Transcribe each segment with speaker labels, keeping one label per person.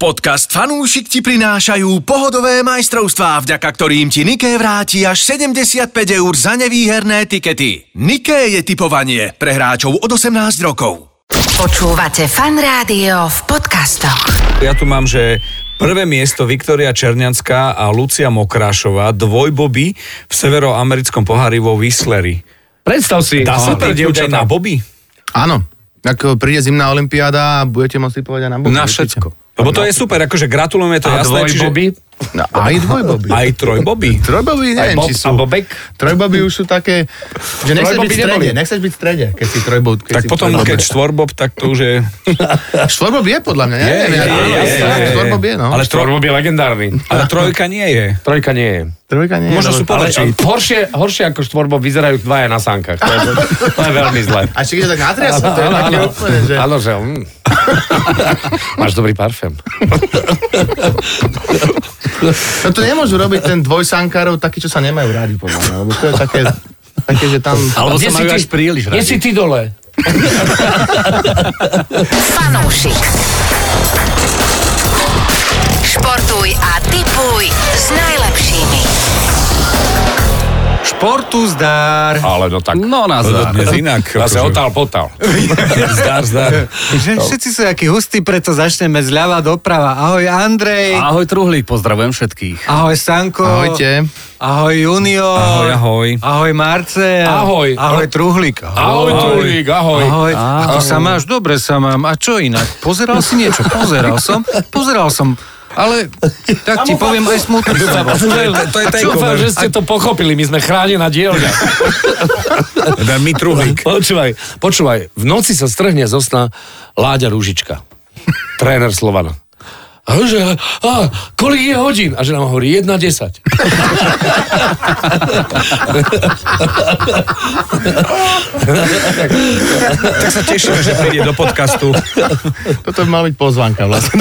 Speaker 1: Podcast Fanúšik ti prinášajú pohodové majstrovstvá, vďaka ktorým ti Niké vráti až 75 eur za nevýherné tikety. Niké je typovanie pre hráčov od 18 rokov.
Speaker 2: Počúvate fan rádio v podcastoch.
Speaker 3: Ja tu mám, že prvé miesto Viktoria Černianská a Lucia Mokrášová dvojboby v severoamerickom pohári vo Whistleri.
Speaker 4: Predstav si.
Speaker 3: Dá sa
Speaker 4: Aha.
Speaker 3: to dievča na boby?
Speaker 5: Áno. Ak eh, príde zimná olimpiáda, budete môcť typovať aj na boby.
Speaker 6: Na
Speaker 5: určite.
Speaker 6: všetko.
Speaker 3: Lebo to je super, akože gratulujeme to
Speaker 4: A
Speaker 3: jasné. čiže-
Speaker 4: dvojboby.
Speaker 5: No, aj dvojboby.
Speaker 3: Aj trojboby.
Speaker 5: Trojboby, neviem,
Speaker 4: Bob
Speaker 5: či
Speaker 4: a
Speaker 5: sú.
Speaker 4: Bobek.
Speaker 5: Trojboby už sú také, že nechceš
Speaker 4: Trojboby
Speaker 5: byť v strede,
Speaker 4: neboli.
Speaker 5: nechceš byť v strede, keď si trojbob. Keď
Speaker 3: Tak
Speaker 5: si
Speaker 3: potom,
Speaker 5: trojbob.
Speaker 3: keď štvorbob, tak to už je...
Speaker 5: Štvorbob je podľa mňa, neviem. ja- Štvorbob je, no.
Speaker 3: Ale, tro,
Speaker 4: Trojbob je legendárny.
Speaker 3: ale trojka nie je.
Speaker 4: Trojka nie je.
Speaker 5: Trojka nie je.
Speaker 3: Možno
Speaker 5: no.
Speaker 3: sú
Speaker 4: Ale
Speaker 3: podľačí.
Speaker 4: horšie, horšie ako štvorbob vyzerajú dvaja na sánkach. To je, to je veľmi zlé.
Speaker 5: A ešte keď je tak natriasol, to je
Speaker 4: Áno,
Speaker 5: také
Speaker 4: áno.
Speaker 5: úplne, že...
Speaker 4: Áno, že... mm. Máš dobrý parfém.
Speaker 5: No to nemôžu robiť ten dvojsankárov taký, čo sa nemajú rádi, podľa mňa. Lebo to je také, také, že tam...
Speaker 6: Alebo
Speaker 4: Kde
Speaker 6: sa
Speaker 4: si
Speaker 6: majú
Speaker 4: ty?
Speaker 6: až príliš
Speaker 4: Kde si
Speaker 6: radi.
Speaker 4: ty dole?
Speaker 2: Fanúšik. Športuj a tipuj s najlepšími.
Speaker 6: Športu zdár.
Speaker 4: Ale no tak.
Speaker 6: No nás zdár.
Speaker 3: Dnes inak.
Speaker 4: Zase
Speaker 3: akože.
Speaker 4: otál potal.
Speaker 3: Zdar, zdar.
Speaker 7: Že všetci sú akí hustí, preto začneme zľava doprava. Ahoj Andrej.
Speaker 6: Ahoj Truhlík, pozdravujem všetkých.
Speaker 7: Ahoj Sanko.
Speaker 5: Ahojte.
Speaker 7: Ahoj Junior.
Speaker 3: Ahoj, ahoj.
Speaker 7: Ahoj Marcel.
Speaker 4: Ahoj.
Speaker 7: Ahoj Truhlík.
Speaker 4: Ahoj, Trulík, ahoj.
Speaker 7: Ahoj. Ako sa máš? Dobre sa mám. A čo inak? Pozeral si niečo? Pozeral som. Pozeral som. Ale tak ti poviem, aj smutný som bol.
Speaker 3: To je ten
Speaker 4: Dúfam, že ste to pochopili, my sme chránená dielňa.
Speaker 3: Teda my truhlík.
Speaker 4: Počúvaj, počúvaj, v noci sa strhne zo sna Láďa Rúžička, tréner Slovana. A on že, a, kolik je hodín? A žena mu hovorí, 1.10.
Speaker 3: Tak sa teším, že príde do podcastu.
Speaker 5: Toto by mala byť pozvanka vlastne.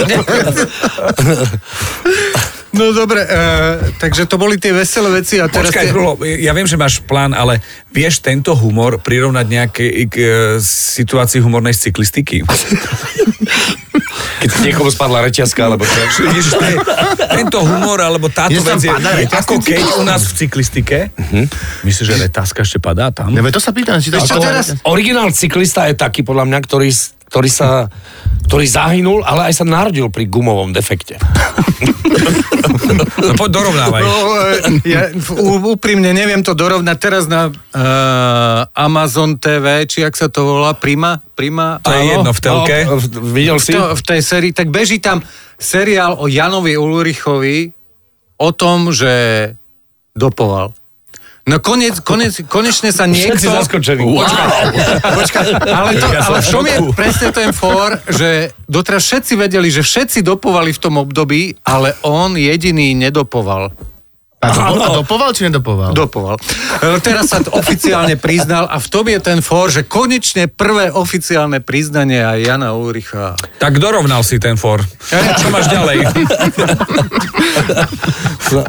Speaker 7: No dobre, e, takže to boli tie veselé veci a teraz...
Speaker 3: Počkaj,
Speaker 7: tie-
Speaker 3: Rulo, ja viem, že máš plán, ale vieš tento humor prirovnať nejaké k e, situácii humornej z cyklistiky?
Speaker 4: Keď niekomu spadla reťazka, alebo čo?
Speaker 3: Ježiš, to je, tento humor, alebo táto
Speaker 5: Je tam
Speaker 3: vec je,
Speaker 5: padá
Speaker 3: je
Speaker 5: reťazka
Speaker 3: ako
Speaker 5: v
Speaker 3: keď u nás v cyklistike.
Speaker 4: Mhm.
Speaker 3: Myslíš, že retázka ešte padá tam?
Speaker 5: Nebe, to sa pýtam, či to...
Speaker 4: Ako, originál cyklista je taký, podľa mňa, ktorý, ktorý sa ktorý zahynul, ale aj sa narodil pri gumovom defekte.
Speaker 3: No poď dorovnávaj.
Speaker 7: No, e, ja v- ú- úprimne neviem to dorovnať. Teraz na uh, Amazon TV, či ak sa to volá, Prima? Prima
Speaker 3: To je
Speaker 7: Áno?
Speaker 3: jedno v telke.
Speaker 4: No, v- videl
Speaker 7: v,
Speaker 4: si?
Speaker 7: to, v tej sérii, tak beží tam seriál o Janovi Ulrichovi o tom, že dopoval. No konec, konec, konečne sa niekto...
Speaker 4: Všetci zaskočení.
Speaker 7: Počkaj, počkaj, ale, to, ale v tom je presne ten for, že doteraz všetci vedeli, že všetci dopovali v tom období, ale on jediný nedopoval.
Speaker 5: A dopo- a dopoval, či nedopoval?
Speaker 7: Dopoval. E, Teraz sa to oficiálne priznal a v tom je ten for, že konečne prvé oficiálne priznanie aj Jana Ulricha.
Speaker 3: Tak dorovnal si ten for. E, Čo máš ďalej?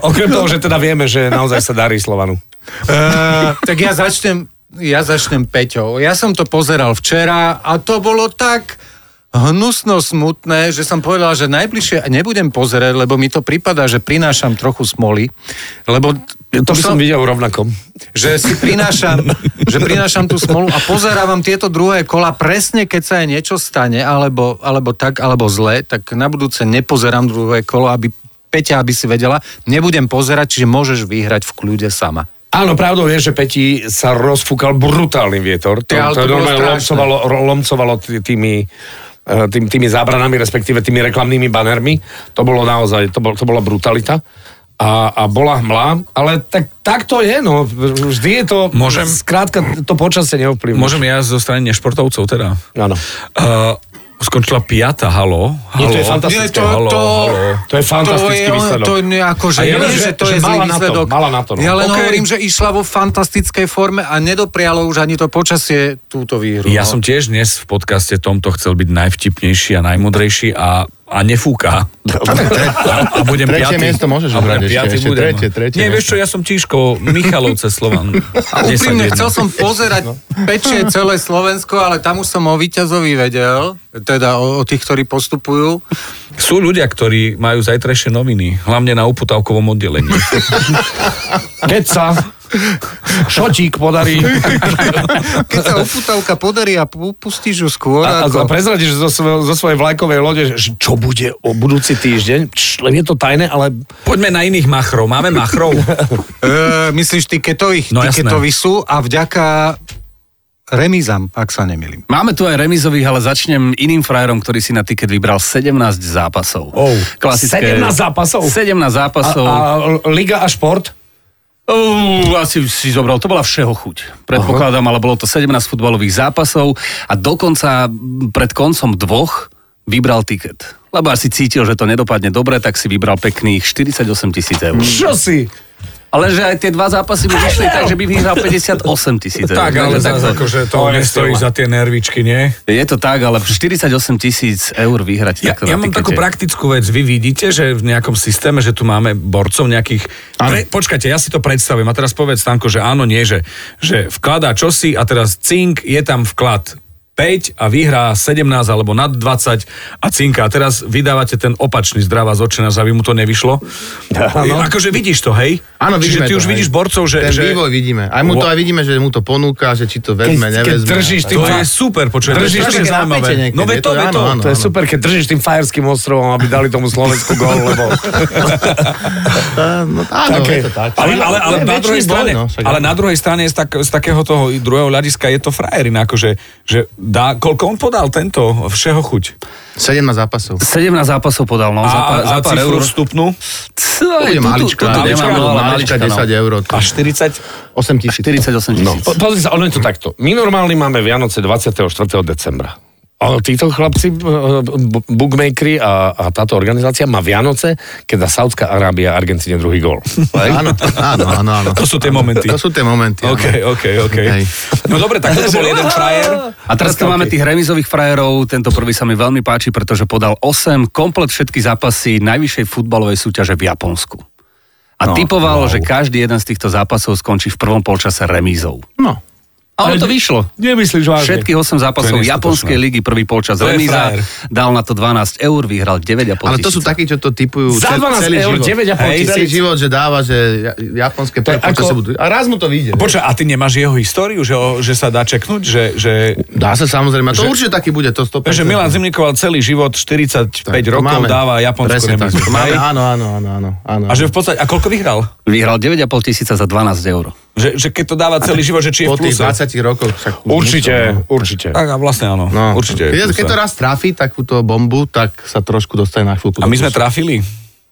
Speaker 4: Okrem toho, že teda vieme, že naozaj sa darí Slovanu. E,
Speaker 7: Uh, tak ja začnem, ja začnem Peťou. Ja som to pozeral včera a to bolo tak hnusno smutné, že som povedal, že najbližšie nebudem pozerať, lebo mi to prípada, že prinášam trochu smoly, lebo t-
Speaker 4: To by som videl rovnakom.
Speaker 7: že si prinášam,
Speaker 4: No.
Speaker 7: že prinášam tú smolu a pozerávam tieto druhé kola presne, keď sa aj niečo stane, alebo, alebo tak, alebo zle, tak na budúce nepozerám druhé kolo, aby Peťa, aby si vedela, nebudem pozerať, čiže môžeš vyhrať v kľude sama.
Speaker 4: Áno, pravdou je, že Peti sa rozfúkal brutálny vietor. To,
Speaker 7: Ty, ale
Speaker 4: to,
Speaker 7: to bolo
Speaker 4: normálne
Speaker 7: strašné.
Speaker 4: lomcovalo, ro- lomcovalo t- tými, e, tým, tými zábranami, respektíve tými reklamnými banermi. To bolo naozaj, to, bol, to bola brutalita. A, a bola hmla, ale tak, tak to je, no. Vždy je to,
Speaker 3: Môžem-
Speaker 4: skrátka, to počasie neovplyvní.
Speaker 3: Môžem ja zo strany nešportovcov teda?
Speaker 4: Áno.
Speaker 3: Uh, skončila piata, halo. halo.
Speaker 4: Nie, to je
Speaker 3: Nie, to-
Speaker 4: fantastické.
Speaker 3: Halo,
Speaker 7: to-
Speaker 3: halo.
Speaker 4: To je fantastický
Speaker 7: to je,
Speaker 4: výsledok.
Speaker 7: To je ako, že,
Speaker 4: A
Speaker 7: ja
Speaker 4: ja
Speaker 7: viem,
Speaker 4: viem,
Speaker 7: že to
Speaker 4: že
Speaker 7: je zlý
Speaker 4: mala na to,
Speaker 7: výsledok.
Speaker 4: mala na to, no.
Speaker 7: Ja len
Speaker 3: Okej.
Speaker 7: hovorím, že išla vo fantastickej forme a nedoprialo už ani to počasie túto výhru.
Speaker 3: Ja
Speaker 7: no.
Speaker 3: som tiež dnes v podcaste tomto chcel byť najvtipnejší a najmudrejší a, a nefúka. A budem
Speaker 5: Tretie
Speaker 3: piatý.
Speaker 5: miesto môžeš
Speaker 3: A budem
Speaker 5: ubrať ešte,
Speaker 3: piatý
Speaker 5: ešte
Speaker 3: budem.
Speaker 5: tretie, tretie
Speaker 3: Nie,
Speaker 5: miesto.
Speaker 3: vieš čo, ja som Tíško, Michalovce Slovan.
Speaker 7: A
Speaker 3: 10-1.
Speaker 7: úprimne, chcel som pozerať pečie celé Slovensko, ale tam už som o víťazovi vedel, teda o, o tých, ktorí postupujú.
Speaker 3: Sú ľudia, ktorí majú zajtrajšie noviny, hlavne na uputavkovom oddelení.
Speaker 4: Keď sa šotík podarí
Speaker 7: Keď sa uputavka podarí a pu- pustíš ju skôr,
Speaker 4: a, a a
Speaker 7: ako...
Speaker 4: prezradíš zo, svojho- zo svojej vlajkovej lode, že čo bude o budúci týždeň, Č, len je to tajné, ale
Speaker 3: Poďme na iných machrov. Máme machrov?
Speaker 7: E, myslíš tiketových?
Speaker 3: No jasné.
Speaker 7: Tiketoví sú a vďaka remízam, ak sa nemýlim.
Speaker 6: Máme tu aj remizových, ale začnem iným frajerom, ktorý si na tiket vybral 17 zápasov.
Speaker 4: Oh, 17
Speaker 6: Klasické,
Speaker 4: zápasov?
Speaker 6: 17
Speaker 4: a,
Speaker 6: zápasov.
Speaker 4: a Liga a šport,
Speaker 6: Uh, asi si zobral, to bola všeho chuť. Predpokladám, ale bolo to 17 futbalových zápasov a dokonca m, pred koncom dvoch vybral tiket. Lebo asi cítil, že to nedopadne dobre, tak si vybral pekných 48 tisíc eur.
Speaker 3: Mm.
Speaker 4: čo si?
Speaker 6: Ale že aj tie dva zápasy mu vyšli tak, že by vyhral 58 tisíc eur.
Speaker 3: tak, ale
Speaker 6: Takže
Speaker 3: tak, akože to
Speaker 4: je
Speaker 3: nestojí
Speaker 4: sila.
Speaker 3: za tie nervičky, nie?
Speaker 6: Je to tak, ale 48 tisíc eur vyhrať
Speaker 3: Ja,
Speaker 6: takto
Speaker 3: ja
Speaker 6: na
Speaker 3: mám
Speaker 6: tikete.
Speaker 3: takú praktickú vec. Vy vidíte, že v nejakom systéme, že tu máme borcov nejakých... Pre, počkajte, ja si to predstavím. A teraz povedz, Stanko, že áno, nie, že, že vkladá čosi a teraz cink, je tam vklad 5 a vyhrá 17 alebo nad 20 a cinka. A teraz vydávate ten opačný zdravá z očená, aby mu to nevyšlo. Áno. Akože vidíš to, hej?
Speaker 5: Áno,
Speaker 3: Čiže
Speaker 5: vidíme
Speaker 3: ty
Speaker 5: to,
Speaker 3: už
Speaker 5: hej.
Speaker 3: vidíš borcov, že...
Speaker 5: Ten
Speaker 3: že...
Speaker 5: vývoj vidíme. Aj mu to aj vidíme, že mu to ponúka, že či to vezme,
Speaker 4: Keď- keď
Speaker 5: nevezme.
Speaker 4: držíš
Speaker 5: Tak.
Speaker 3: To je super, počujem. to je
Speaker 4: Držíš
Speaker 3: strašne
Speaker 5: také
Speaker 3: zaujímavé.
Speaker 5: napätie niekedy,
Speaker 3: No ve
Speaker 5: je
Speaker 3: to,
Speaker 5: to-
Speaker 3: ve to.
Speaker 5: áno, áno.
Speaker 4: To je super, keď držíš tým Fajerským ostrovom, aby dali tomu Slovensku gol, lebo...
Speaker 5: Tá, No, áno,
Speaker 4: Také.
Speaker 5: je to tak.
Speaker 3: Ale, ale, ale,
Speaker 5: To je
Speaker 3: na
Speaker 5: väčší
Speaker 3: druhej
Speaker 5: boj,
Speaker 3: strane,
Speaker 5: no, však
Speaker 3: ale
Speaker 5: áno.
Speaker 3: na druhej strane z, tak, z takého toho druhého hľadiska je to frajerina, akože, že dá, koľko on podal tento všeho chuť?
Speaker 5: 17 zápasov.
Speaker 6: 17 zápasov podal, no,
Speaker 3: A,
Speaker 6: za pár,
Speaker 3: a,
Speaker 6: za
Speaker 3: a
Speaker 6: pár
Speaker 3: cifru
Speaker 6: eur.
Speaker 3: vstupnú?
Speaker 6: Cú,
Speaker 5: Bude
Speaker 6: tu- tu-
Speaker 5: malička,
Speaker 6: tu
Speaker 5: malička,
Speaker 6: nemám, no, ale
Speaker 5: malička, 10 eur.
Speaker 3: A 40?
Speaker 5: 8 tisíc.
Speaker 6: 48
Speaker 4: No,
Speaker 6: tisíc.
Speaker 4: po- pozri sa, ono je to takto. My normálne máme Vianoce 24. decembra. A títo chlapci, e, bu- bookmakeri a, a táto organizácia má Vianoce, keď dá Saudská Arábia Argentíne druhý gol.
Speaker 5: Áno, áno, áno, áno.
Speaker 3: To sú tie momenty.
Speaker 5: To sú tie momenty. áno.
Speaker 3: OK, OK, OK.
Speaker 5: Hej.
Speaker 3: No dobre, tak toto bol jeden frajer.
Speaker 6: A teraz tu máme tých remizových frajerov, tento prvý sa mi veľmi páči, pretože podal 8 komplet všetky zápasy najvyššej futbalovej súťaže v Japonsku. A no, typoval, že každý jeden z týchto zápasov skončí v prvom polčase remízou.
Speaker 5: No.
Speaker 6: A ono to vyšlo.
Speaker 4: Nemyslíš vážne?
Speaker 6: Všetkých 8
Speaker 3: To
Speaker 6: zápasov
Speaker 3: je
Speaker 6: japonskej ligy, prvý polčas
Speaker 3: To je
Speaker 6: remíza,
Speaker 3: frajer.
Speaker 6: dal na to 12 eur, vyhral 9,5
Speaker 5: Ale to sú
Speaker 6: tisíca.
Speaker 5: takí, čo to typujú
Speaker 4: Za
Speaker 5: ce-
Speaker 4: 12
Speaker 5: celý
Speaker 4: eur,
Speaker 5: život.
Speaker 4: 9,5
Speaker 5: Hej,
Speaker 4: tisíc.
Speaker 5: Celý život, že dáva, že ja- japonské
Speaker 4: To je
Speaker 5: prvé
Speaker 4: ako-
Speaker 5: sa budú... A raz mu to vyjde.
Speaker 3: Počkaj, a ty nemáš jeho históriu, že, o- že sa dá čeknúť, že, že,
Speaker 5: Dá sa samozrejme. To určite taký bude, to 100%.
Speaker 3: že Milan Zimnikoval celý život 45
Speaker 5: Tak, to
Speaker 3: rokov
Speaker 5: máme.
Speaker 3: dáva Japonsku
Speaker 5: Presne tak,
Speaker 3: remizu.
Speaker 5: to Máme, áno, áno, áno, áno, áno.
Speaker 3: A že v podstate, a koľko vyhral?
Speaker 6: Vyhral 9,5 tisíca za 12 eur.
Speaker 3: Že, že keď to dáva celý život, že či je
Speaker 5: po
Speaker 3: v
Speaker 5: tých
Speaker 3: pluse.
Speaker 5: 20 rokoch však...
Speaker 4: Určite, určite.
Speaker 3: Tak a vlastne áno, no. určite. je v
Speaker 5: Keď,
Speaker 3: pluse.
Speaker 5: keď to raz trafí takúto bombu, tak sa trošku dostane na chvíľku.
Speaker 3: A my sme trafili.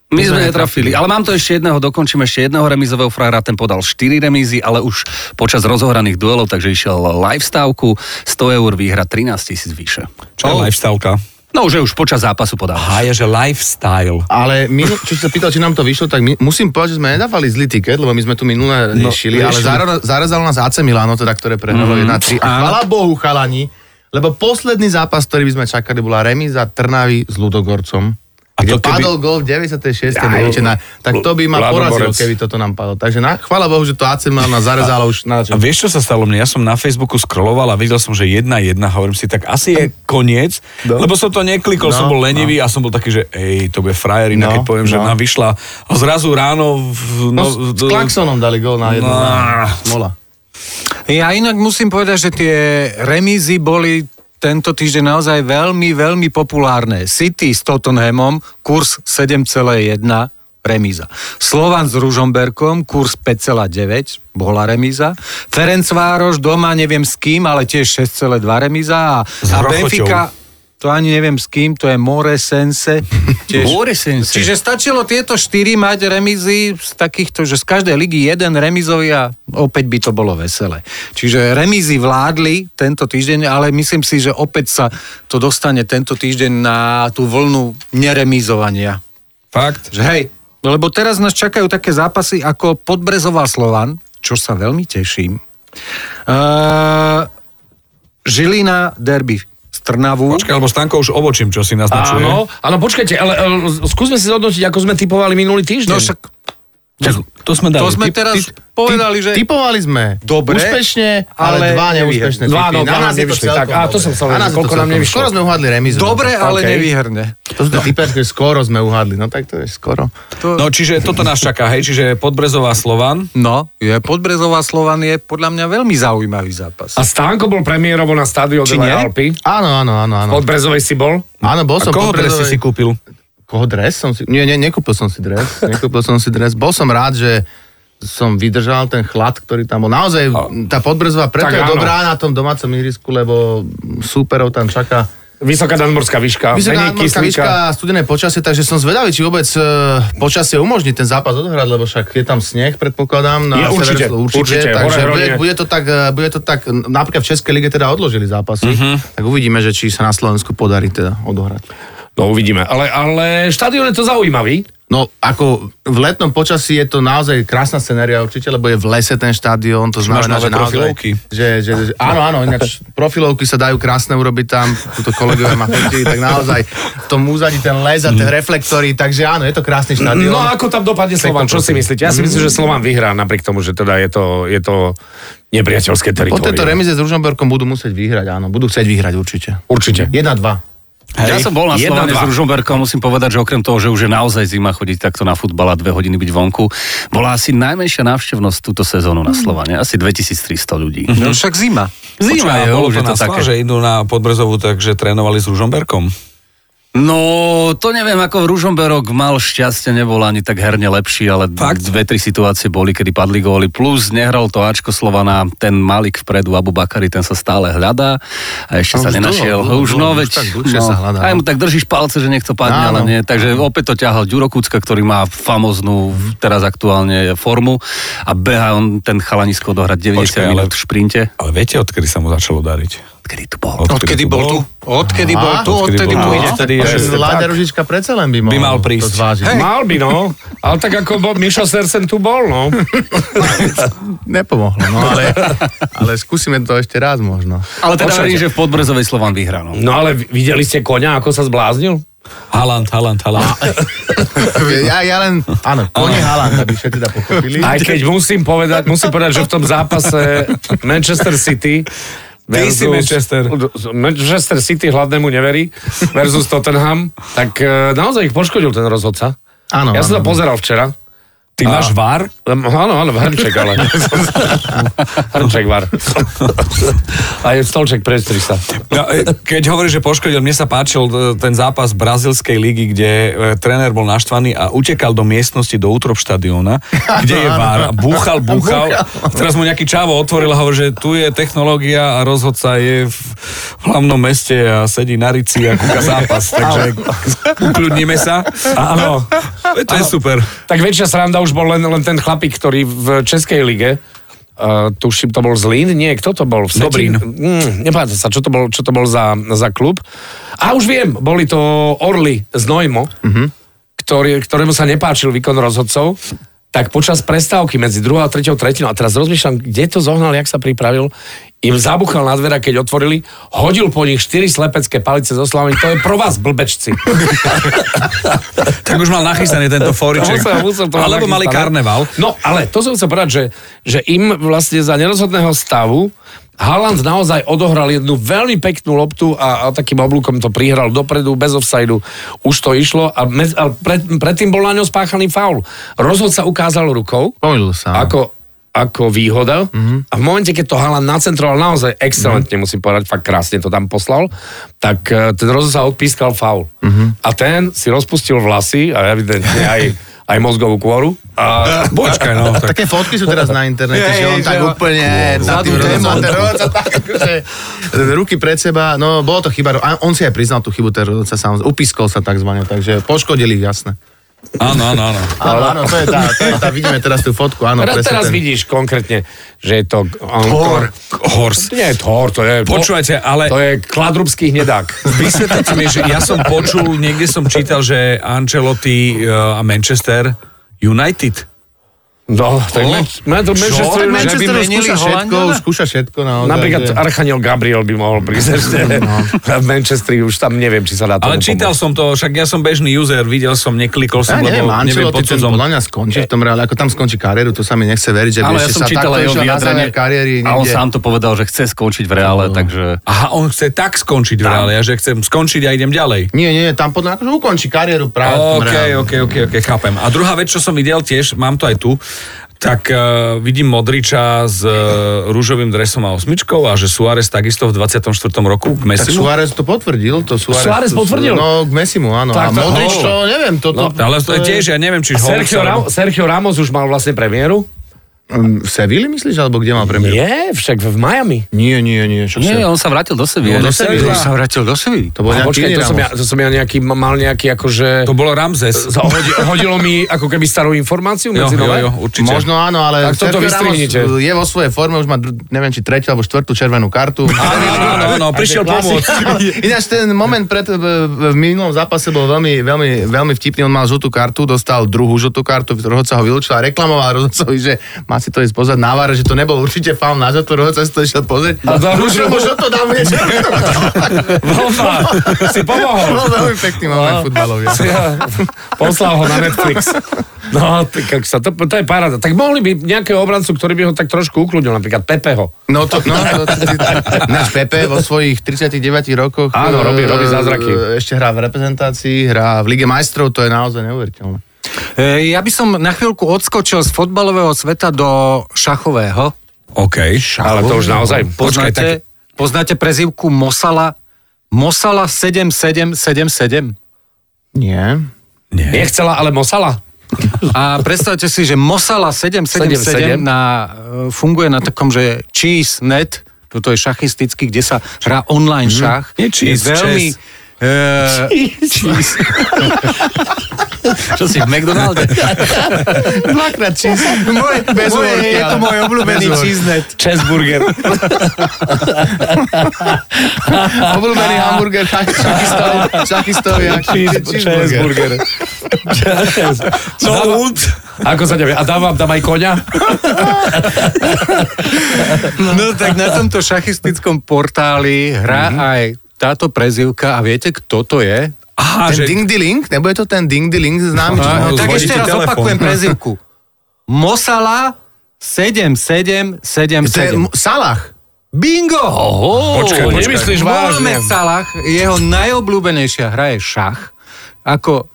Speaker 6: My sme netrafili, ale mám to ešte jedného, dokončím ešte jedného remizového frajera, ten podal 4 remízy, ale už počas rozohraných duelov, takže išiel live stávku, 100 eur výhra 13 tisíc vyše.
Speaker 3: Čo je lifestyleka?
Speaker 6: No už je už počas zápasu podal.
Speaker 3: Oh. Aha, je, že lifestyle.
Speaker 5: Ale my, čo si sa pýtal, či nám to vyšlo, tak my, musím povedať, že sme nedávali zlý tiket, lebo my sme tu
Speaker 3: No,
Speaker 5: minulé riešili, ale zara- zarazalo nás AC Milano, teda, ktoré prehralo
Speaker 3: Mhm.
Speaker 5: 1-3. A chvala Bohu, chalani, lebo posledný zápas, ktorý by sme čakali, bola remiza Trnavy s Ludogorcom.
Speaker 3: A to
Speaker 5: A
Speaker 3: keby-
Speaker 5: to padol gol v 96. minúte na, tak to by ma
Speaker 4: Vlado
Speaker 5: porazilo,
Speaker 4: Borec.
Speaker 5: keby toto nám padlo. Takže na, chvala Bohu, že to AC Milano nás zarezalo už na
Speaker 3: A vieš, čo sa stalo mne? Ja som na Facebooku scrolloval a videl som, že jedna jedna, hovorím si, tak asi je koniec, no. lebo som to neklikol, no, som bol lenivý no. a som bol taký, že ej, to bude frajerina, no,
Speaker 5: No,
Speaker 3: keď poviem, no. že
Speaker 5: no.
Speaker 3: nám vyšla a zrazu ráno... V,
Speaker 5: No, s, s Klaxonom dali gol na jednu.
Speaker 3: No.
Speaker 5: No. Smola.
Speaker 7: Ja inak musím povedať, že tie remízy boli tento týždeň naozaj veľmi, veľmi populárne. City s Tottenhamom, kurz 7,1 remíza. Slovan s Ružomberkom, kurz 5,9, bola remíza. Ferencvároš doma, neviem s kým, ale tiež 6,2 remíza. A, a
Speaker 3: Hrochoťou.
Speaker 7: Benfica, to ani neviem s kým, to je More Sense. Tiež,
Speaker 6: More Sense.
Speaker 7: Čiže stačilo tieto štyri mať remizy z takýchto, že z každej ligy jeden remizový a opäť by to bolo veselé. Čiže remizy vládli tento týždeň, ale myslím si, že opäť sa to dostane tento týždeň na tú vlnu neremizovania.
Speaker 3: Fakt?
Speaker 7: Že hej, no lebo teraz nás čakajú také zápasy ako Podbrezová Slovan, čo sa veľmi teším. Uh, Žilina derby Trnavu.
Speaker 3: Počkaj, lebo Stanko už obočím, čo si naznačuje.
Speaker 4: Áno, áno, počkajte, ale, ale skúsme si zhodnotiť, ako sme typovali minulý týždeň.
Speaker 7: No však
Speaker 3: To, to sme dali.
Speaker 7: to sme teraz povedali, že...
Speaker 5: Typovali sme.
Speaker 7: Dobre,
Speaker 5: Úspešne, ale,
Speaker 7: ale
Speaker 5: dva
Speaker 7: nevyhne.
Speaker 5: neúspešné
Speaker 4: Dva,
Speaker 5: typy.
Speaker 4: no, dva nám
Speaker 5: je
Speaker 4: nevyšli,
Speaker 5: celkom
Speaker 4: tak, á, to
Speaker 5: dobre.
Speaker 4: som chcel
Speaker 5: Na nás
Speaker 4: vedieť,
Speaker 5: je to
Speaker 4: koľko nám
Speaker 5: celkom-
Speaker 4: nevyšlo.
Speaker 5: Skoro sme uhádli remizu. no.
Speaker 7: Dobre, ale
Speaker 4: OK.
Speaker 7: nevyhrne.
Speaker 5: To sú tie typerské, skoro sme uhádli. No tak to je skoro.
Speaker 3: No čiže toto nás čaká, hej, čiže Podbrezová Slovan.
Speaker 7: No, je Podbrezová Slovan je podľa mňa veľmi zaujímavý zápas.
Speaker 4: A Stánko bol premiérovo na stádiu de
Speaker 7: Či
Speaker 4: la
Speaker 7: nie?
Speaker 4: Alpy.
Speaker 5: Áno, áno, áno, áno.
Speaker 4: Od Brezovej si bol.
Speaker 5: Áno, bol
Speaker 3: A
Speaker 5: som
Speaker 3: koho
Speaker 5: po
Speaker 3: dres si
Speaker 5: Brezovej-
Speaker 3: si kúpil?
Speaker 5: Koho dres som si... Nie, nie, nekúpil som si dres. Nekúpil som si dres. Bol som rád, že som vydržal ten chlad, ktorý tam bol. Naozaj tá podbrzva preto
Speaker 4: Tak
Speaker 5: je
Speaker 4: áno.
Speaker 5: dobrá na tom domácom ihrisku, lebo súperov tam čaká
Speaker 4: Vysoká nadmorská výška.
Speaker 5: vysoká
Speaker 4: menej
Speaker 5: nadmorská
Speaker 4: kyslíka.
Speaker 5: výška a studené počasie, takže som zvedavý, či vôbec e, počasie umožní ten zápas odohrať, lebo však je tam sneh, predpokladám.
Speaker 4: Je,
Speaker 5: Na
Speaker 4: určite,
Speaker 5: severe- určite,
Speaker 4: určite,
Speaker 5: takže
Speaker 4: hore
Speaker 5: bude,
Speaker 4: hronie.
Speaker 5: bude, to tak, e, bude to tak, n- napríklad v Českej lige teda odložili zápasy,
Speaker 4: Mhm.
Speaker 5: tak uvidíme, že či sa na Slovensku podarí teda odohrať.
Speaker 4: No uvidíme. Ale, ale štadión je to zaujímavý.
Speaker 5: No, ako v letnom počasí je to naozaj krásna scenéria určite, lebo je v lese ten štadión, to
Speaker 3: máš
Speaker 5: znamená,
Speaker 3: nové
Speaker 5: že naozaj...
Speaker 3: profilovky.
Speaker 5: Že, že, že, áno, áno, ináč profilovky sa dajú krásne urobiť tam, túto kolegovia ma fotili, tak naozaj v tom úzadí ten les a tie reflektory, takže áno, je to krásny štadión.
Speaker 4: No a ako tam dopadne Slovan? Čo si myslíte? Ja si myslím, že Slovan vyhrá napriek tomu, že teda je to, je to
Speaker 3: No,
Speaker 4: nepriateľské
Speaker 5: Po
Speaker 4: teritorium.
Speaker 5: tejto remize s Ružomberkom budú musieť vyhrať, áno, budú chcieť vyhrať určite.
Speaker 4: Určite.
Speaker 5: 1-2.
Speaker 6: Ja som bol na
Speaker 4: Jedna,
Speaker 6: Slovane
Speaker 4: dva.
Speaker 6: s Ružomberkom, musím povedať, že okrem toho, že už je naozaj zima chodiť takto na futbal a dve hodiny byť vonku, bola asi najmenšia návštevnosť túto
Speaker 3: Mhm.
Speaker 6: sezónu na Slovane, asi 2300 ľudí.
Speaker 7: No však zima.
Speaker 6: Zima
Speaker 3: Počkaj,
Speaker 6: je,
Speaker 3: Mhm. bolo
Speaker 6: už je
Speaker 3: to
Speaker 6: to
Speaker 3: na
Speaker 6: také.
Speaker 3: Slave, že idú na Podbrezovú, takže trénovali s Ružomberkom.
Speaker 6: No, to neviem, ako Ružomberok mal šťastie, nebol ani tak herne lepší, ale
Speaker 3: Fakt?
Speaker 6: dve, tri situácie boli, kedy padli góly. Plus nehral to Ačko Slovana, ten Malik vpredu, Abu Bakari, ten sa stále hľadá a ešte
Speaker 5: No,
Speaker 6: sa
Speaker 5: už
Speaker 6: nenašiel.
Speaker 5: dlho, dlho,
Speaker 6: už
Speaker 5: dlho,
Speaker 6: no,
Speaker 5: už
Speaker 6: veď,
Speaker 5: tak dlhšie sa hľadá,
Speaker 6: Aj
Speaker 5: no.
Speaker 6: mu tak držíš palce, že niekto padne,
Speaker 5: Áno.
Speaker 6: ale nie. Takže opäť to ťahal Ďuro Kucka, ktorý má famoznú
Speaker 5: Mhm.
Speaker 6: teraz aktuálne formu a beha on ten chalanisko odohrať 90
Speaker 3: Počkaj, ale-
Speaker 6: minút v šprinte.
Speaker 3: Ale viete, odkedy sa mu začalo dariť?
Speaker 6: Kedy tu bol?
Speaker 7: Odkedy bol tu? Odkedy bol tu?
Speaker 3: Odkedy
Speaker 7: Odkedy
Speaker 3: bol tu?
Speaker 5: No,
Speaker 7: tu ide.
Speaker 3: Odtedy je, že-
Speaker 5: Takže Láďa Ružička predsa len by mohol,
Speaker 3: By mal prísť.
Speaker 5: to zvážiť.
Speaker 4: Hej. Mal by, no. Ale tak ako bol, Mišo Sersen tu bol, no.
Speaker 5: Nepomohlo, no ale, ale skúsime to ešte raz možno.
Speaker 6: Ale teda
Speaker 4: Počkajte.
Speaker 6: verím, že v Podbrezovej Slovan vyhrá. No.
Speaker 4: No ale videli ste konia, ako sa zbláznil?
Speaker 3: Haland, Haland, Haland.
Speaker 5: Ja, ja len, áno, kone Haaland, aby všetci teda pochopili.
Speaker 4: Aj keď musím povedať, musím povedať, že v tom zápase Manchester City
Speaker 3: Ty si Manchester.
Speaker 4: Manchester City hladnému neverí versus Tottenham, tak e, naozaj ich poškodil ten rozhodca.
Speaker 5: Áno,
Speaker 4: ja som to
Speaker 5: áno.
Speaker 4: pozeral včera.
Speaker 3: Ty máš VAR?
Speaker 4: Um, áno, áno, hrnček, ale. hrnček var. A je stolček pre 300.
Speaker 3: No, e, keď hovorí, že poškodil, mne sa páčil e, ten zápas brazilskej ligy, kde e, tréner bol naštvaný a utekal do miestnosti do útrop štadióna, kde je VAR. A Búchal, búchal. A teraz mu nejaký čavo otvoril a hovorí, že tu je technológia a rozhodca je v v hlavnom meste a sedí na rici a kúka zápas. Takže ukľudníme sa. Áno. To je super.
Speaker 4: Tak väčšia sranda už bol len, len ten chlapík, ktorý v Českej lige Uh, tuším, to bol Zlín? Nie, kto to bol? V
Speaker 3: Dobrín.
Speaker 4: Vsetín? Mm, nepáča sa, čo to bol, čo to bol za, za klub. A už viem, boli to Orly z Nojmo, mm-hmm. ktorý, ktorému sa nepáčil výkon rozhodcov, tak počas prestávky medzi 2. a 3. tretinou, a teraz rozmýšľam, kde to zohnal, jak sa pripravil, im zabuchal na dvera, keď otvorili, hodil po nich 4 slepecké palice zo slamy, to je pro vás, blbečci.
Speaker 3: Tak už mal nachystaný tento fóriček.
Speaker 4: Musel, musel to mať
Speaker 3: Alebo mali
Speaker 4: nachystané.
Speaker 3: karneval.
Speaker 4: No, ale to som chcel povedať, že, že im vlastne za nerozhodného stavu Haaland naozaj odohral jednu veľmi peknú loptu a, a takým oblúkom to prihral dopredu, bez offside Už to išlo a, med, a pred, predtým bol na ňo spáchaný faul. Rozhod sa ukázal rukou
Speaker 5: Pomýlil sa.
Speaker 4: ako, ako výhoda.
Speaker 3: Mhm.
Speaker 4: Mm-hmm. A v momente, keď to Haaland nacentroval naozaj excelentne, mm-hmm. musím povedať, fakt krásne to tam poslal, tak eh, ten rozhodca sa odpískal faul.
Speaker 3: Mhm.
Speaker 4: Mm-hmm. A ten si rozpustil vlasy a evidentne aj, aj mozgovú kôru. A
Speaker 3: Počkaj, no. Tak.
Speaker 5: Také fotky sú teraz na internete,
Speaker 7: Hej,
Speaker 5: že on
Speaker 7: že
Speaker 5: tak
Speaker 7: on-
Speaker 5: úplne za tým rozhodca, ten rozhodca tak, že ruky pred seba, no bolo to chyba, a on si aj priznal tú chybu, teda, ten rozhodca samozrejme, upiskol sa takzvané, takže poškodili, jasné.
Speaker 3: Áno, áno, áno.
Speaker 5: Áno, áno, to je tá, to je tá, vidíme teraz tú fotku, áno,
Speaker 4: teraz,
Speaker 5: presne
Speaker 4: teraz
Speaker 5: ten-
Speaker 4: vidíš konkrétne, že je to... Thor.
Speaker 3: Horse.
Speaker 4: Nie, Thor, to je...
Speaker 3: Počúvajte, ale-
Speaker 4: To je kladrubský hnedák.
Speaker 3: Vysvetlite mi, že ja som počul, niekde som čítal, že Ancelotti e, a Manchester eh, United.
Speaker 4: No, tak oh, ma, to Manchester
Speaker 7: Tak
Speaker 4: United by
Speaker 7: Manchester
Speaker 4: menil-
Speaker 5: Skúša
Speaker 7: Holandiana?
Speaker 5: všetko, skúša všetko no, naozaj.
Speaker 4: Napríklad
Speaker 5: že-
Speaker 4: Archaniel Gabriel by mohol prísť ešte. V Manchesteri už tam neviem, či sa dá to
Speaker 3: No. Ale čítal som to, však ja som bežný user, videl som, neklikol
Speaker 5: Ja
Speaker 3: som,
Speaker 5: neviem,
Speaker 3: lebo neviem,
Speaker 5: Ancelotti
Speaker 3: pod
Speaker 5: ten
Speaker 3: cudzom.
Speaker 5: podľa mňa skončí v tom reále, ako tam skončí kariéru, to sa mi nechce veriť, že by
Speaker 6: Ale ja
Speaker 5: ešte
Speaker 6: som
Speaker 5: sa
Speaker 6: čítal
Speaker 5: takto
Speaker 6: aj jeho
Speaker 5: išiel na
Speaker 6: vyjadrenie.
Speaker 5: záver kariéry
Speaker 6: A on
Speaker 5: niekde. No.
Speaker 6: sám to povedal, že chce skončiť v reále, takže...
Speaker 3: Aha, on chce tak skončiť v reále, ja, že chcem skončiť a idem ďalej.
Speaker 5: Nie, nie, tam podľa akože ukončí kariéru práve v tom
Speaker 3: OK,
Speaker 5: reále.
Speaker 3: OK, OK, OK, chápem. A druhá vec, čo som videl tiež, mám to aj tu, tak uh, vidím Modriča s uh, rúžovým dresom a osmičkou a že Suárez takisto v 24. roku k
Speaker 5: Tak
Speaker 3: Messimu.
Speaker 5: Suárez to potvrdil, to Suárez,
Speaker 4: Suárez potvrdil?
Speaker 5: No, k Mesimu, áno.
Speaker 4: Tak Oh.
Speaker 5: a
Speaker 4: to-
Speaker 5: Modrič
Speaker 4: hol.
Speaker 5: to, neviem, to, to,
Speaker 3: No, ale to je tiež, ja neviem, či
Speaker 4: A
Speaker 3: Holmes
Speaker 4: Sergio,
Speaker 3: alebo-
Speaker 4: Ram- Sergio Ramos už mal vlastne premiéru?
Speaker 5: Um, v Seville, myslíš, alebo kde mal premiéru?
Speaker 4: Nie, však v Miami.
Speaker 5: Nie, nie, nie, čo
Speaker 6: Nie,
Speaker 5: sa...
Speaker 6: on sa vrátil do Sevilla.
Speaker 5: No, do Sevilla.
Speaker 6: On sa vrátil do Sevilla.
Speaker 5: To bol
Speaker 4: A
Speaker 5: nejaký
Speaker 4: počkaj,
Speaker 5: iný
Speaker 4: to som, ja,
Speaker 5: Ramos.
Speaker 4: to som ja nejaký, mal nejaký akože...
Speaker 3: To bolo Ramzes.
Speaker 4: Za- hodilo, hodilo mi ako keby starú informáciu
Speaker 3: Jo,
Speaker 4: medzi
Speaker 3: jo,
Speaker 4: nové.
Speaker 3: jo, určite.
Speaker 5: Možno áno, ale
Speaker 4: Tak toto
Speaker 5: Sergio Ramos
Speaker 4: vystrihnite.
Speaker 5: uh, je vo svojej forme, už má, dru- neviem, či tretiu alebo štvrtú červenú kartu.
Speaker 3: Áno, áno, áno, prišiel pomôcť.
Speaker 5: Ináč ten moment pred, v, v minulom zápase bol veľmi, veľmi, veľmi vtipný. On mal žltú kartu, dostal druhú žltú kartu, rozhodca ho vylúčil a reklamoval rozhodcovi, že má si to ísť pozrieť na váre, že to nebol určite faul na žltú, rozhodca si to išiel pozrieť. A
Speaker 4: dal
Speaker 5: už mu žltú dám niečo.
Speaker 4: Volfa, si pomohol.
Speaker 5: Bol veľmi pekný moment futbalový.
Speaker 4: Ja, poslal ho na Netflix. No, tak ako sa, to, to je paráda. Tak mohli by nejakého obrancu, ktorý by ho tak trošku ukľudnil, napríklad Pepeho.
Speaker 5: No to, no, to, náš Pepe vo svojich 39 rokoch
Speaker 4: Áno, robí- robí zázraky.
Speaker 5: e, ešte hrá v reprezentácii, hrá v Lige majstrov, to je naozaj neuveriteľné.
Speaker 7: E, Ja by som na chvíľku odskočil z fotbalového sveta do šachového.
Speaker 3: OK.
Speaker 4: Ale to už naozaj...
Speaker 3: Počkaj, tak-
Speaker 7: Poznáte, poznáte prezivku Mosala? Mosala 7777.
Speaker 5: Nie.
Speaker 3: Nie.
Speaker 4: Nechcela, ale mosala.
Speaker 7: A predstavte si, že Mosala
Speaker 4: 77.
Speaker 7: 777 na, e, funguje na takom, že cheese net, toto je šachistický, kde sa hrá online šach.
Speaker 3: Mhm. Nie cheese,
Speaker 7: je veľmi, e,
Speaker 6: Čo si v McDonalde?
Speaker 5: Dvakrát cheese. Moje, bez
Speaker 7: moje-
Speaker 5: horky,
Speaker 7: je to
Speaker 5: ale-
Speaker 7: môj
Speaker 5: bez
Speaker 7: obľúbený
Speaker 5: horky.
Speaker 7: cheese net.
Speaker 4: Chessburger.
Speaker 5: Obľúbený hamburger šach- šachistov, šachistov je
Speaker 4: Cheese-
Speaker 5: cheeseburger.
Speaker 4: Cheeseburger.
Speaker 3: No,
Speaker 4: Dáva-
Speaker 3: und?
Speaker 4: Ako sa ťa... A dávam tam aj koňa?
Speaker 7: No tak na tomto šachistickom portáli
Speaker 5: Mhm.
Speaker 7: hrá aj táto prezivka a viete, kto to je?
Speaker 3: Aha,
Speaker 5: Ten
Speaker 3: že...
Speaker 5: ding diling? Nebude to ten ding diling známy? čo-
Speaker 3: Áno,
Speaker 7: A, No, tak
Speaker 3: zvoní
Speaker 7: ešte
Speaker 3: ti
Speaker 7: raz
Speaker 3: telefón.
Speaker 7: opakujem prezivku. Mosala 7777.
Speaker 5: To je M- Salah.
Speaker 7: Bingo! Oho,
Speaker 3: Počkaj, počkaj.
Speaker 4: Nemyslíš vážne?
Speaker 7: Mohamed Salah, jeho najobľúbenejšia hra je šach. Ako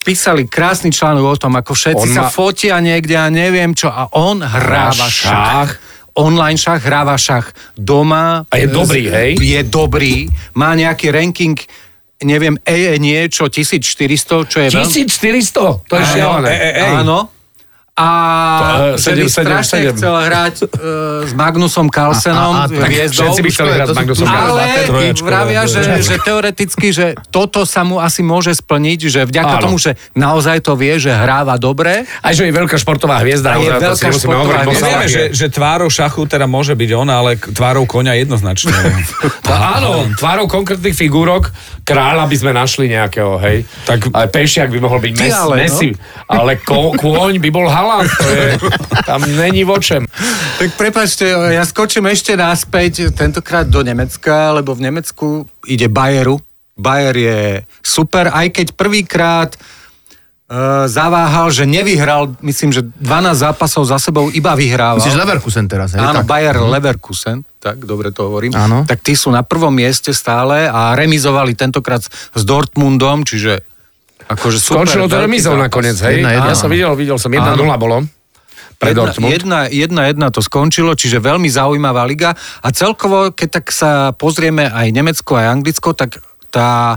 Speaker 7: písali krásny článok o tom, ako všetci
Speaker 4: On
Speaker 7: sa
Speaker 4: má-
Speaker 7: fotia niekde a neviem čo. A on hráva
Speaker 4: šach.
Speaker 7: šach. Online šach, hráva šach doma.
Speaker 4: A
Speaker 7: e,
Speaker 4: je dobrý,
Speaker 7: Z-
Speaker 4: hej?
Speaker 7: Je dobrý. Má nejaký ranking neviem, E je niečo, 1400, čo je veľmi...
Speaker 4: 1400? To je šialené.
Speaker 3: e, e,
Speaker 7: Áno. A
Speaker 4: To, e,
Speaker 7: že by
Speaker 4: sedem, sedem,
Speaker 7: strašne
Speaker 4: sedem.
Speaker 7: chcel hrať e, s
Speaker 5: A-
Speaker 7: Magnusom
Speaker 5: a-
Speaker 7: Carlsenom,
Speaker 5: a- tak
Speaker 7: hviezdou.
Speaker 4: Všetci by chceli
Speaker 5: to
Speaker 4: hrať
Speaker 5: sú-
Speaker 4: s Magnusom
Speaker 5: Ale-
Speaker 4: Carlsenom.
Speaker 7: Ale
Speaker 3: trojačkové
Speaker 7: vravia, že,
Speaker 3: dvojačkové.
Speaker 7: že teoreticky, že toto sa mu asi môže splniť, že vďaka
Speaker 4: Áno.
Speaker 7: tomu, že naozaj to vie, že hráva dobre.
Speaker 4: Aj že je veľká športová hviezda.
Speaker 7: A
Speaker 4: naozaj,
Speaker 7: je
Speaker 4: to si
Speaker 7: veľká
Speaker 4: musíme
Speaker 7: športová
Speaker 4: hovoriť, bo
Speaker 3: Ja
Speaker 7: hviezda.
Speaker 4: Salah
Speaker 3: vieme, že,
Speaker 4: je-
Speaker 3: že tvárou šachu teda môže byť on, ale k- tvárou konia jednoznačne.
Speaker 4: To áno, tvárou konkrétnych figúrok kráľa by sme našli nejakého, hej.
Speaker 3: Tak-
Speaker 4: Tak, ale pešiak by mohol byť mes, ale,
Speaker 7: ale, no.
Speaker 4: Messi, ale ko, kôň by bol halán, to je, tam není vočem.
Speaker 7: Tak prepačte, ja skočím ešte naspäť, tentokrát do Nemecka, lebo v Nemecku ide Bayeru. Bayer je super, aj keď prvýkrát e, zaváhal, že nevyhral, myslím, že 12 zápasov za sebou iba vyhrával.
Speaker 5: Myslíš Leverkusen teraz, hej? Tak.
Speaker 7: Áno,
Speaker 5: Mhm.
Speaker 7: Bayer Leverkusen, tak dobre to hovorím.
Speaker 5: Áno.
Speaker 7: Tak tí sú na prvom mieste stále a remizovali tentokrát s Dortmundom, čiže akože super.
Speaker 4: Skončilo to
Speaker 7: veľký
Speaker 4: remizou
Speaker 7: zápas.
Speaker 4: nakoniec, hej.
Speaker 5: Jedna, jedna.
Speaker 4: ja som videl, videl som, 1-0 bolo pre
Speaker 7: Jedna-
Speaker 4: Dortmund.
Speaker 7: Jedna, jedna, jedna to skončilo, čiže veľmi zaujímavá liga a celkovo, keď tak sa pozrieme aj Nemecko, aj Anglicko, tak tá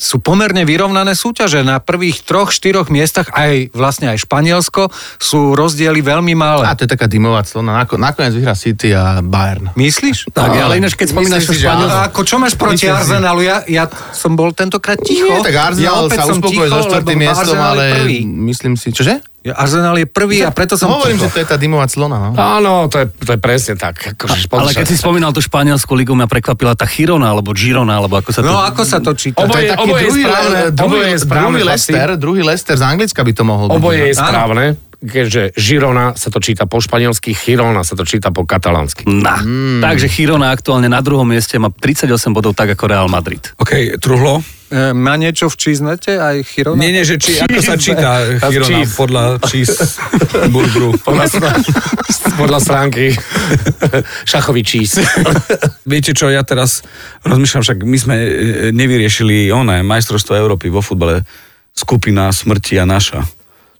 Speaker 7: sú pomerne vyrovnané súťaže. Na prvých troch, štyroch miestach, aj vlastne aj Španielsko, sú rozdiely veľmi malé.
Speaker 5: A to je taká dymová clona. Nako- Nakoniec vyhrá City a Bayern.
Speaker 7: Myslíš?
Speaker 5: Tak, ale ináč, keď spomínaš
Speaker 7: Myslíš, že
Speaker 5: Španielsko-
Speaker 7: áno. Ako čo máš
Speaker 5: Myslíš
Speaker 7: proti
Speaker 5: si-
Speaker 7: Arsenalu? Ja, ja som bol tentokrát ticho.
Speaker 5: Nie, tak Arsenal
Speaker 7: opäť
Speaker 5: sa
Speaker 7: som
Speaker 5: uspokojil
Speaker 7: ticho,
Speaker 5: so štvrtým
Speaker 7: lebo
Speaker 5: miestom,
Speaker 7: Arsenal je
Speaker 5: ale
Speaker 7: prvý.
Speaker 5: myslím si... Čože?
Speaker 7: Ja, Arsenal je prvý a preto som
Speaker 5: No, Hovorím, že to
Speaker 7: ticho.
Speaker 5: je tá dymová clona, no.
Speaker 4: Áno, to je, to je presne tak. Akože,
Speaker 6: Ale keď si spomínal tú španielskú ligu, mňa prekvapila tá Chirona, alebo Girona, alebo ako sa to...
Speaker 7: No ako sa to číta?
Speaker 5: To
Speaker 4: Oboje-
Speaker 5: je taký
Speaker 4: oboje je
Speaker 5: druhý,
Speaker 4: správne,
Speaker 5: Le- druhý,
Speaker 4: oboje je správne,
Speaker 5: druhý
Speaker 4: chlapci.
Speaker 5: Lester, druhý Lester z Anglicka by to mohol byť. no.
Speaker 4: Oboje je
Speaker 7: Áno.
Speaker 4: správne. keďže Žirona sa to číta po španielsky, Chirona sa to číta po katalánsky.
Speaker 6: Na.
Speaker 5: Hmm.
Speaker 6: Mm. Takže Chirona aktuálne na druhom mieste má 38 bodov tak ako Real Madrid.
Speaker 3: OK, truhlo.
Speaker 7: E, má niečo v číznete aj Chirona?
Speaker 3: Nie, nie, že či, ako sa číta Chirona
Speaker 4: Cheese.
Speaker 3: podľa čís burgru.
Speaker 4: Podľa, strán- podľa stránky šachový čís.
Speaker 3: Viete čo, ja teraz rozmýšľam, však my sme e, nevyriešili oné majstrovstvo Európy vo futbale. Skupina smrti a naša.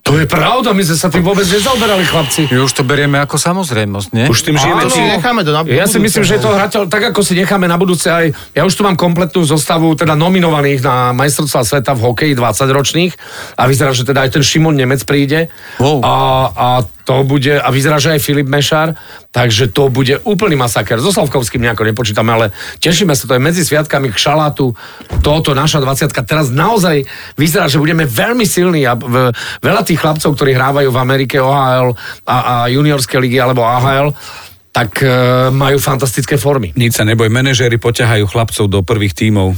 Speaker 4: To je pravda, my sme sa tým vôbec nezaoberali, chlapci.
Speaker 7: Už to berieme ako samozrejmosť, nie?
Speaker 3: Už tým žijeme.
Speaker 4: Áno.
Speaker 5: si necháme to na
Speaker 4: Ja si
Speaker 5: budúce,
Speaker 4: myslím, že je to
Speaker 5: no.
Speaker 4: hrateľ, tak ako si necháme na budúce aj... Ja už tu mám kompletnú zostavu teda nominovaných na majstrovstvá sveta v hokeji 20 ročných a vyzerá, že teda aj ten Šimon Nemec príde.
Speaker 7: Wow.
Speaker 4: A, a to bude, a vyzerá, že aj Filip Mešar, takže to bude úplný masaker. So Slavkovským nejako nepočítame, ale tešíme sa, to je medzi sviatkami k šalátu, toto naša 20 teraz naozaj vyzerá, že budeme veľmi silní a v, veľa tých chlapcov, ktorí hrávajú v Amerike OHL a, a juniorské ligy alebo AHL, tak e, majú fantastické formy.
Speaker 3: Nič sa neboj, manažéri poťahajú chlapcov do prvých tímov.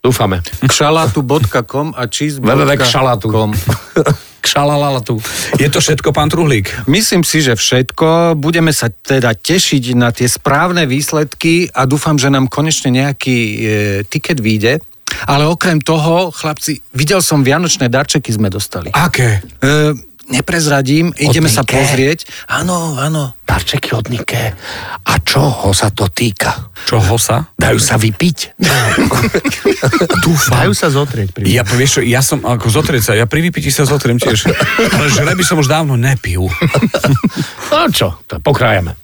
Speaker 4: Dúfame.
Speaker 7: Kšalatu.com a cheese.com.
Speaker 4: www.kšalatu.com Kšalalatu.
Speaker 3: Je to všetko, pán Truhlík?
Speaker 7: Myslím si, že všetko. Budeme sa teda tešiť na tie správne výsledky a dúfam, že nám konečne nejaký e, tiket vyjde. Ale okrem toho, chlapci, videl som vianočné darčeky sme dostali.
Speaker 3: Aké?
Speaker 7: E, neprezradím, ideme sa
Speaker 4: Nike?
Speaker 7: pozrieť. Áno, áno.
Speaker 4: Darčeky od Nike. A čoho sa to týka?
Speaker 3: Čoho sa?
Speaker 4: Dajú sa vypiť?
Speaker 5: Dajú sa zotrieť pri
Speaker 3: Ja, vieš čo, ja som ako zotrieť sa, ja pri vypiti sa zotriem tiež. Ale žreby som už dávno nepil.
Speaker 4: No čo, to pokrájame.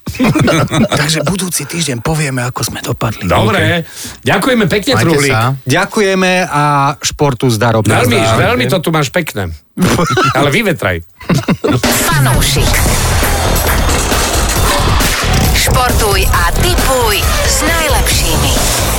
Speaker 7: Takže budúci týždeň povieme, ako sme dopadli.
Speaker 4: Dobre, ďakujeme pekne,
Speaker 5: Majte
Speaker 4: Trulík.
Speaker 5: sa.
Speaker 7: Ďakujeme a športu zdar opäť.
Speaker 4: Veľmi, veľmi to tu máš pekné. Ale vyvetraj.
Speaker 2: Fanúšik. Športuj a tipuj s najlepšími.